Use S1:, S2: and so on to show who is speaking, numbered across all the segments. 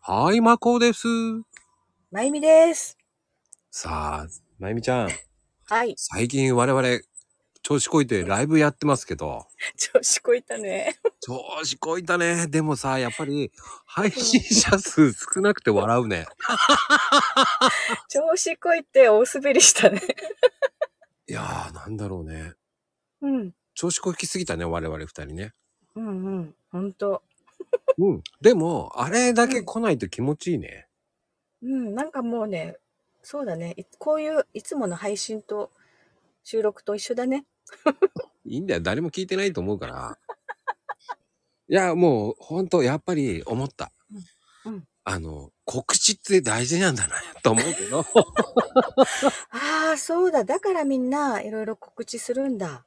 S1: はい、まこです。
S2: まゆみです。
S1: さあ、まゆみちゃん、
S2: はい。
S1: 最近我々、調子こいてライブやってますけど、
S2: 調子こいたね。
S1: 調子こいたね。でもさ、やっぱり、配信者数少なくて笑うね。
S2: 調子こいて大滑りしたね。
S1: いやー、なんだろうね。
S2: うん。
S1: 調子こきすぎたね、我々二人ね。
S2: うんうん。ほんと。
S1: うん。でも、あれだけ来ないと気持ちいいね。
S2: うん。なんかもうね、そうだね。いこういう、いつもの配信と収録と一緒だね。
S1: いいんだよ。誰も聞いてないと思うから。いや、もう、ほんと、やっぱり思った。
S2: うんうん
S1: あの、告知って大事なんだな、と思うけど。
S2: ああ、そうだ。だからみんないろいろ告知するんだ。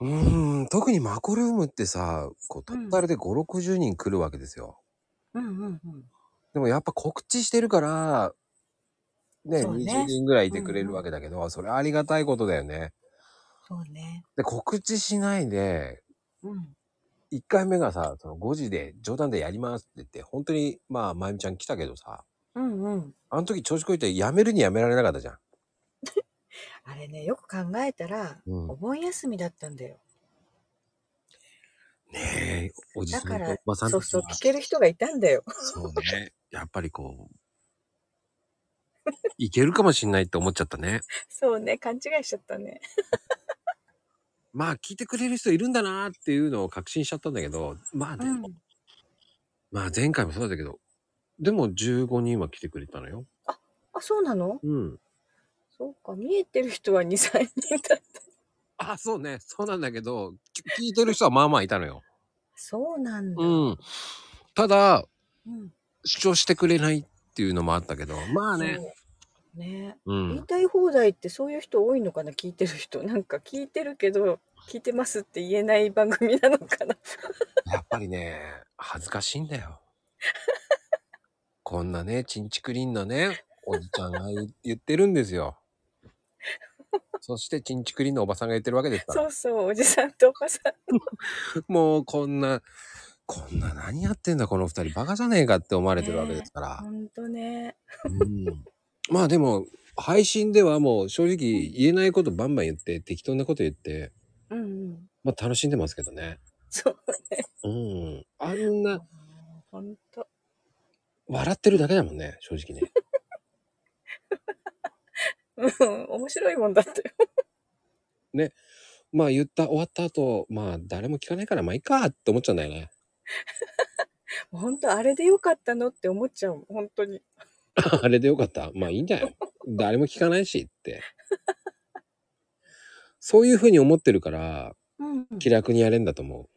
S1: うーん、特にマコルームってさ、こう、ト
S2: うん
S1: ータルで5、60人来るわけですよ。
S2: うんうんうん。
S1: でもやっぱ告知してるから、ね、
S2: そうね
S1: 20人ぐらいいてくれるわけだけど、それはありがたいことだよね。
S2: そうね。
S1: で、告知しないで、
S2: うん。
S1: 1回目がさ、その5時で冗談でやりますって言って、本当に、まあ、まゆみちゃん来たけどさ、
S2: うんうん。
S1: あの時調子こいてやめるにやめられなかったじゃん。
S2: あれね、よく考えたら、
S1: うん
S2: お盆休みだったんだよ。
S1: ねえ、おじ
S2: だ
S1: さん
S2: か
S1: と
S2: ら
S1: おば、さんた
S2: そう
S1: ち
S2: そう、
S1: が
S2: 聞ける人がいたんだよ。
S1: そうね。やっぱりこう、いけるかもしんないって思っちゃったね。
S2: そうね、勘違いしちゃったね。
S1: まあ聞いてくれる人いるんだなーっていうのを確信しちゃったんだけど、まあで
S2: う
S1: も、
S2: ん。
S1: まあ前回もそうだったけど、でも15人は来てくれたのよ。
S2: あ、そうなの
S1: うん。
S2: そうか、見えてる人は2、3人だった。
S1: あ、そうね。そうなんだけど、き聞いてる人はまあまあいたのよ。
S2: そうなんだ。
S1: うん。ただ、
S2: うん
S1: 主張してくれないっていうのもあったけど、まあね。
S2: そうね
S1: う
S2: 言い
S1: ん。
S2: たい放題ってそういう人多いのかな聞いてる人なんか聞いてるけど聞いてますって言えない番組なのかな
S1: やっぱりね、恥ずかしいんだよ。こんなね、ちんちくりんなね、おじちゃんが言言ってるんですよ。そして、ちんちくりんのおばさんが言ってるわけですから。
S2: そうそうおじさんとおばさん
S1: もうこんな、こんな何やってんだこの二人バカじゃねえかって思われてるわけですから。
S2: ほんとね
S1: うんまあでも、配信ではもう正直言えないことバンバン言って、適当なこと言って、
S2: うんうん
S1: まあ楽しんでますけどね。
S2: そう
S1: うん。あんな、
S2: ほんと
S1: 笑ってるだけだもんね、正直ね。
S2: うん面白いもんだったよ
S1: まあ言った、終わった後、まあ誰も聞かないからまあいいかって思っちゃうんだよね。
S2: ほんとあれでよかったのって思っちゃうほんとに
S1: あれでよかった。まあいいんだよ。誰も聞かないしって。そういうふうに思ってるから、
S2: うん
S1: 気楽にやれんだと思う。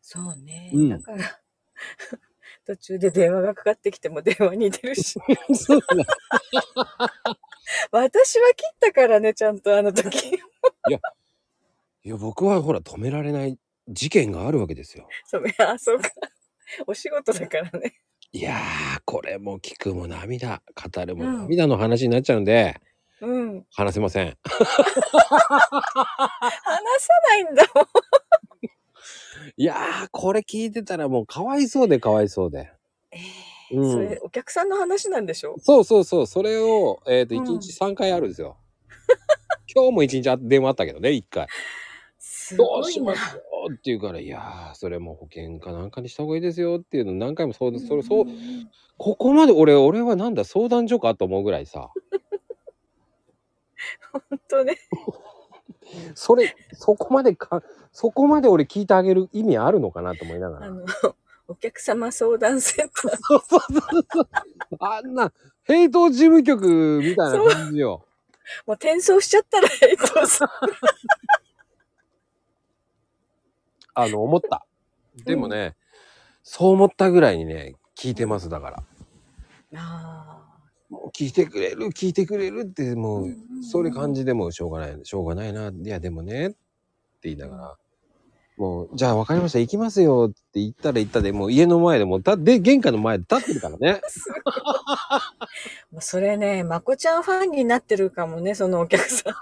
S2: そうね、
S1: うん
S2: だから途中で電話がかかってきても電話に出るし
S1: そうだ。
S2: 私は切ったからねちゃんとあの時
S1: いや、僕はほら、止められない事件があるわけですよ。
S2: そういやそうかお仕事だからね
S1: いやー、これも聞くも涙、語るも涙の話になっちゃうんで、
S2: うん
S1: 話せません。
S2: 話さないんだもん
S1: いやー、これ聞いてたらもうかわいそうでかわいそうで。う
S2: そ
S1: ん
S2: れ、お客さんの話なんでしょ
S1: そうそうそう、それを、えっ、と、
S2: うん
S1: 1日3回あるんですよ。 今日も1日あ電話あったけどね、1回。
S2: す
S1: どう
S2: ご
S1: し
S2: い
S1: ま
S2: な
S1: すよって言うから、いやー、それもう保険かなんかにした方がいいですよっていうの何回もそう、それ、そう、
S2: んん
S1: ここまで俺、俺はなんだ、相談所かと思うぐらいさ。
S2: 本当ね
S1: それ、そこまでか、そこまで俺聞いてあげる意味あるのかなと思いなが
S2: あ
S1: ら。
S2: のお客様相談センター
S1: そうそうそうそう。あんな、平等事務局みたいな感じよ。
S2: もう転送しちゃったらえっとさ
S1: あの、思った。でもね、そう思ったぐらいにね、聞いてます、だから。
S2: あ
S1: もう聞いてくれる、聞いてくれるって、も
S2: う
S1: う、
S2: ん
S1: それ感じでもうしょうがない、しょうがないな、いや、でもね、って言いながら。もう、じゃあ分かりました、行きますよって言ったら行ったで、もう家の前でもう、たで、玄関の前で立ってるからね。
S2: もうそれねまこちゃんファンになってるかもねそのお客さん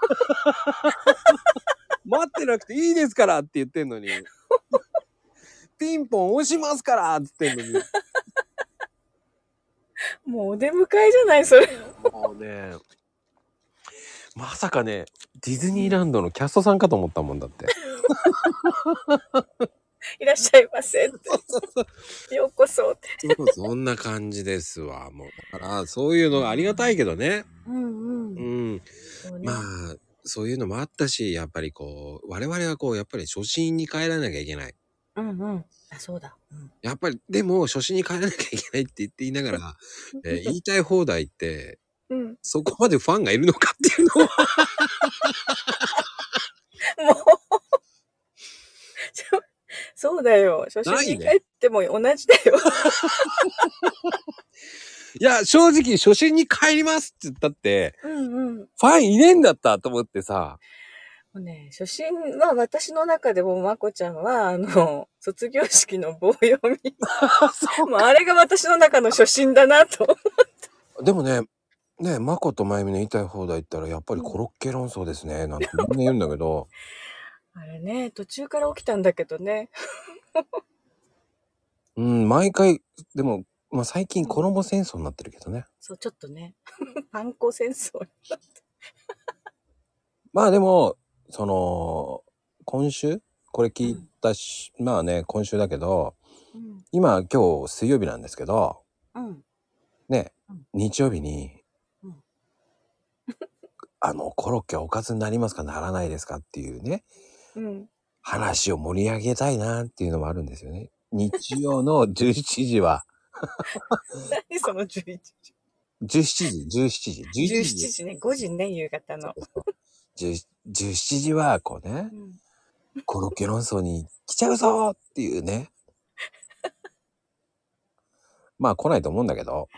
S1: 待ってなくていいですからって言ってんのに。ピンポン押しますからっつってんのに。
S2: もうお出迎えじゃない、それ。
S1: もうね、まさかね、ディズニーランドのキャストさんかと思ったもんだって。
S2: いらっしゃいませって。ようこそって。
S1: そうそんな感じですわ。もう、だから、そういうのがありがたいけどね。
S2: うん
S1: う
S2: うん。
S1: ん。
S2: そうね
S1: まあ、そういうのもあったし、やっぱりこう、我々はこう、やっぱり初心に帰らなきゃいけない。
S2: うんうん。あ、そうだ。うん
S1: やっぱり、でも、初心に帰らなきゃいけないって言っていながら、えー言いたい放題って、
S2: うん。もう、
S1: そこまでファンがいるのかっていうのは、
S2: ちょそうだよ。初心に
S1: ない
S2: 帰っても同じだ よ。
S1: いや、正直、初心に帰りますって言ったって、
S2: うんうん。も
S1: ファンいねえんだったと思ってさ、
S2: うね、初心は私の中でもまこちゃんは、あの、卒業式の棒読み。もうあれが私の中の初心だなと。
S1: でもね、ね、まことまゆみの言いたい放題言ったら、やっぱりコロッケ論争ですね、なんてみんな言うんだけど、
S2: あれね、途中から起きたんだけどね。
S1: うん、毎回、でも、まあ、最近衣戦争になってるけどね。
S2: そう、ちょっとね。 パン粉戦争。
S1: まあでも、その、今週これ聞いたし、まあね、今週だけど、
S2: うん。
S1: 今、今日水曜日なんですけど、
S2: うん。
S1: ね
S2: うん、
S1: 日曜日に
S2: うん、
S1: あの、コロッケおかずになりますかならないですかっていうね、
S2: うん。
S1: 話を盛り上げたいなっていうのもあるんですよね。日曜の17時は、
S2: 何その11時。
S1: 17時、17時、
S2: 17
S1: 17時。
S2: 時ね、5時ね、夕方の。
S1: 17 17時は、こうね
S2: う、ん
S1: コロッケ論争に来ちゃうぞっていうね。まあ来ないと思うんだけど。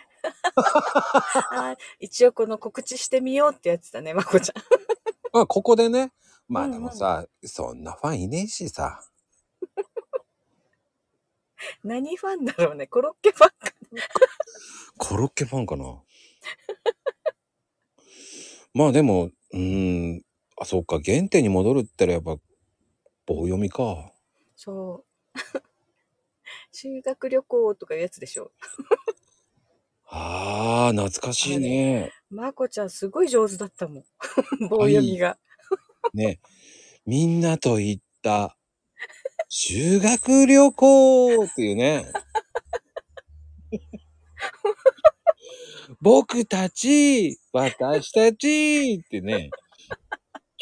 S2: あー一応この告知してみようってやつだね、まこ ちゃん。
S1: まあここでね、ま
S2: う
S1: あ
S2: んう
S1: で
S2: ん
S1: もさ、そんなファンいねえしさ。
S2: 何ファンだろうね、コロッケファンか。
S1: コロッケファンかな まあでもうーんあそっか原点に戻るったらやっぱ棒読みか
S2: そう。 修学旅行とかいうやつでしょ。
S1: あー懐かしいね
S2: まこちゃんすごい上手だった もん。棒読みが。
S1: ねみんなと行った修学旅行っていうね 僕たち私たちってね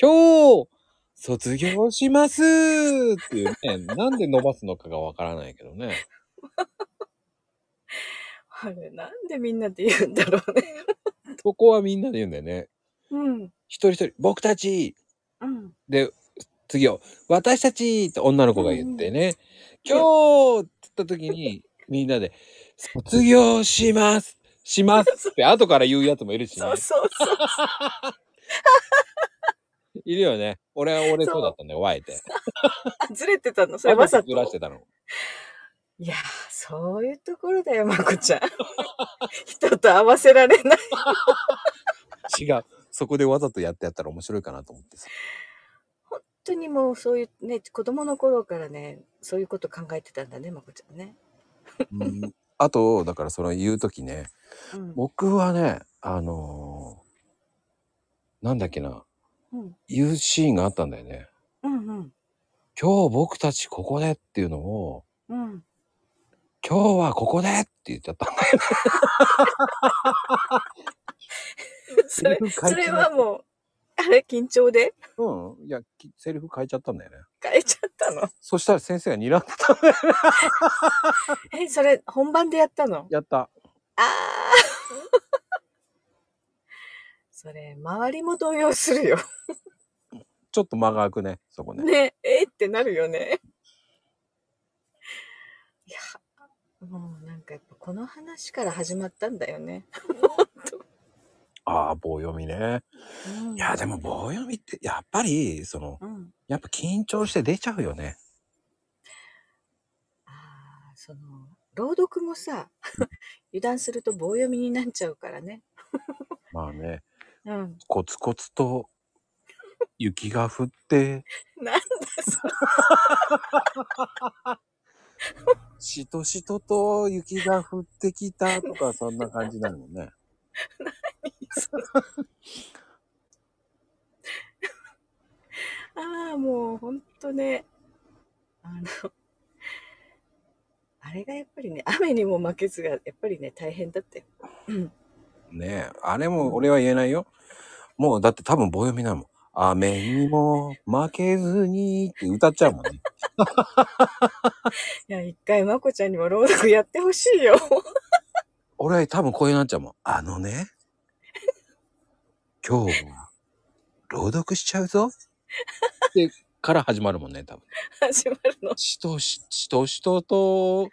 S1: 今日卒業しますっていうねなんで伸ばすのかがわからないけどね
S2: あれ、なんでみんなで言うんだろうね。
S1: そこはみんなで言うんだよね
S2: うん。
S1: 一人一人僕たち
S2: うん。
S1: で次を「私たち」って女の子が言ってね「今日」って言った時にみんなで「卒業します」しますって後から言うやつもいるしね
S2: そうそうそう。
S1: いるよね俺は俺そうだったんだよわえて
S2: あずれてたの、それわざと。
S1: ずらしてたの
S2: いやー、そういうところだよ、まこちゃん。 人と合わせられない。
S1: 違うそこでわざとやってやったら面白いかなと思ってさ
S2: 本当にもうそういうね、子供の頃からね、そういうこと考えてたんだね、まこちゃんね。
S1: うんあとだからその言う時ね
S2: うん。
S1: 僕はねあのーなんだっけな
S2: うん。
S1: 言うシーンがあったんだよね
S2: うんうん。
S1: 今日僕たちここでっていうのを
S2: うん。
S1: 今日はここでって言っちゃったんだよ。
S2: それ
S1: セリフ変え
S2: そ
S1: ちゃう
S2: れはもう、あれ、緊張で
S1: うん。いや、きセリフ変えちゃったんだよね。
S2: 変えちゃったの。
S1: そしたら先生が睨んでたんだよ。
S2: え、それ、本番でやったの
S1: やった。
S2: ああ。 それ、周りも動揺するよ。
S1: ちょっと間が空くね、そこね。
S2: ね、えーってなるよね。いや、もうなんかやっぱこの話から始まったんだよね。
S1: ああ、棒読みね。
S2: うん
S1: いや、でも棒読みって、やっぱり、その、
S2: うん。
S1: やっぱ緊張して出ちゃうよね。
S2: ああ、その、朗読もさ、 油断すると棒読みになっちゃうからね。
S1: まあね、
S2: うん。
S1: コツコツと雪が降って、
S2: なんだそれ。
S1: しとしとと雪が降ってきたとか、そんな感じなのね。
S2: ああ、もうほんとね、あの、あれがやっぱりね、雨にも負けずが、やっぱりね、大変だったよ。うん
S1: ねえ、あれも俺は言えないよ。もうだって多分棒読みなの。雨にも負けずにって歌っちゃうもんね。
S2: いや、一回まこちゃんにも朗読やってほしいよ。
S1: 俺は多分こういうなっちゃうもん。あの ね、今日は朗読しちゃうぞ。で、から始まるもんね、多分。
S2: 始まるの。
S1: しとし、しとしとと、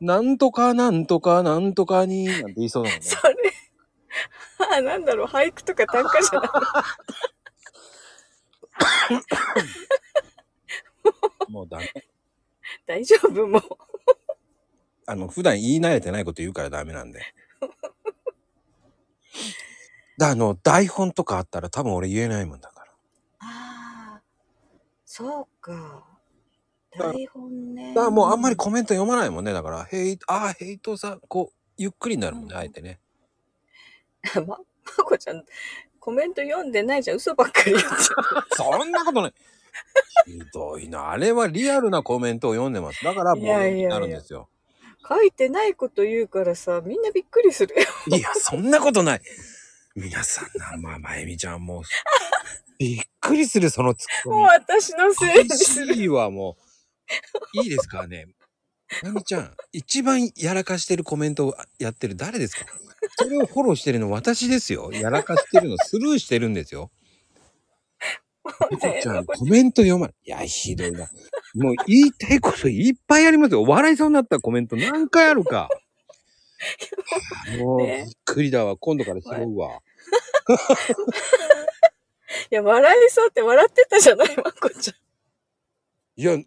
S1: なんとかなんとかなんとかに、なんて言いそうだもんね。
S2: それ、ああ、なんだろう、俳句とか短歌じゃない。
S1: もうダメ。
S2: 大丈夫もう。
S1: あの、普段言い慣れてないこと言うからダメ なんで。だあの、台本とかあったら多分俺言えないもんだから。
S2: ああ、そうか。
S1: だ
S2: 台本ね。
S1: だからもうあんまりコメント読まないもんね。だから、ヘイ、ああ、ヘイトさん、こう、ゆっくりになるもんね、
S2: うん
S1: あえてね。
S2: ま、まこちゃん、コメント読んでないじゃん。嘘ばっかり言っちゃ
S1: そんなことない。ひどいな。あれはリアルなコメントを読んでます。だから、もう、
S2: いやいやいや
S1: なるんですよ。
S2: う。書いてないこと言うからさ、みんなびっくりするよ。
S1: いや、そんなことない。皆さんな、まあ、まゆみちゃんもう、びっくりする、そのツッコ
S2: もう
S1: ミ。
S2: 私の せいにする。
S1: いいわ、もう。いいですかね。まゆみちゃん、一番やらかしてるコメントをやってる誰ですかそれをフォローしてるの私ですよ。やらかしてるのスルーしてるんですよ。まこちゃん、コメント読まない。いや、ひどいな。もう言いたいこといっぱいありますよ。笑いそうになったコメント何回あるか。もう、びっくりだわ。今度から拾うわ。
S2: いや、笑いそうって笑ってたじゃない、まこちゃん。
S1: いや、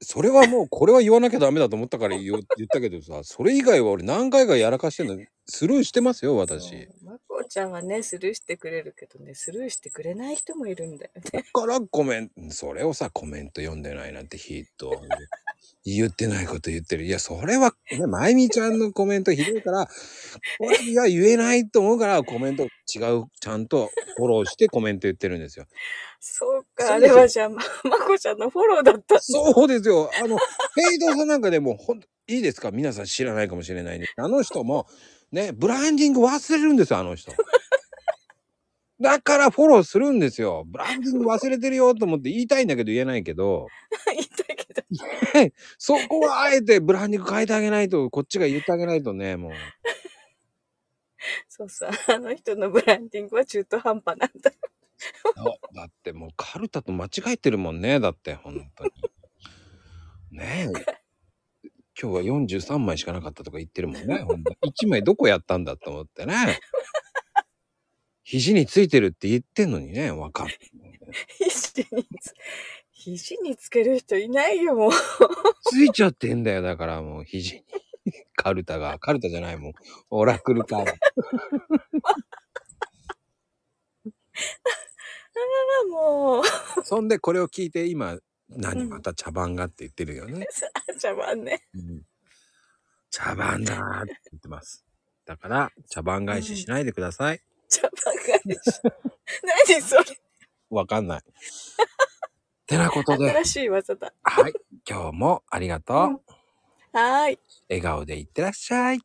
S1: それはもう、これは言わなきゃダメだと思ったから言お言ったけどさ、それ以外は俺何回かやらかしてんの、スルーしてますよ、私。。
S2: まこちゃんはね、スルーしてくれるけどね、スルーしてくれない人もいるんだよね。
S1: だからコメント、それをさ、コメント読んでないなんてヒット。言ってないこと言ってる。いや、それは、ね、まゆみちゃんのコメントひどいから、これは言えないと思うから、コメント違う、ちゃんとフォローしてコメント言ってるんですよ。
S2: そうか、
S1: そ
S2: あ
S1: うです
S2: れ
S1: よ
S2: はじゃあ、ま、 まこちゃんのフォローだ った。
S1: そうですよ。あの、ペイドさんなんかでも、ほんと、いいですか皆さん知らないかもしれないね。あの人も、ね、ブランディング忘れるんですよ、あの人。だからフォローするんですよ。ブランディング忘れてるよと思って言いたいんだけど言えないけど、
S2: 言いたいけど。
S1: そこはあえてブランディング変えてあげないと、こっちが言ってあげないとね、もう。
S2: そうさ、あの人のブランディングは中途半端なんだ。
S1: だってもうカルタと間違えてるもんね、だって、本当に。ねえ。今日は43枚しかなかったとか言ってるもんね。ほんと1枚どこやったんだと思ってね。肘についてるって言ってんのにね、わかる。
S2: 肘につ、肘につける人いないよ、もう。
S1: ついちゃってんだよ、だからもう肘に。カルタが、カルタじゃないもん。オラクルカード。
S2: あもう。
S1: そんでこれを聞いて今、何また茶番がって言ってるよね。
S2: じゃあまあね。
S1: うん茶番だーって言ってます。だから、茶番返ししないでください。
S2: じゃあバカでしょ。 何それ
S1: わかんない。てなことで、
S2: 新しい技だ。
S1: はい、今日もありがとう。
S2: うんはーい。
S1: 笑顔でいってらっしゃい。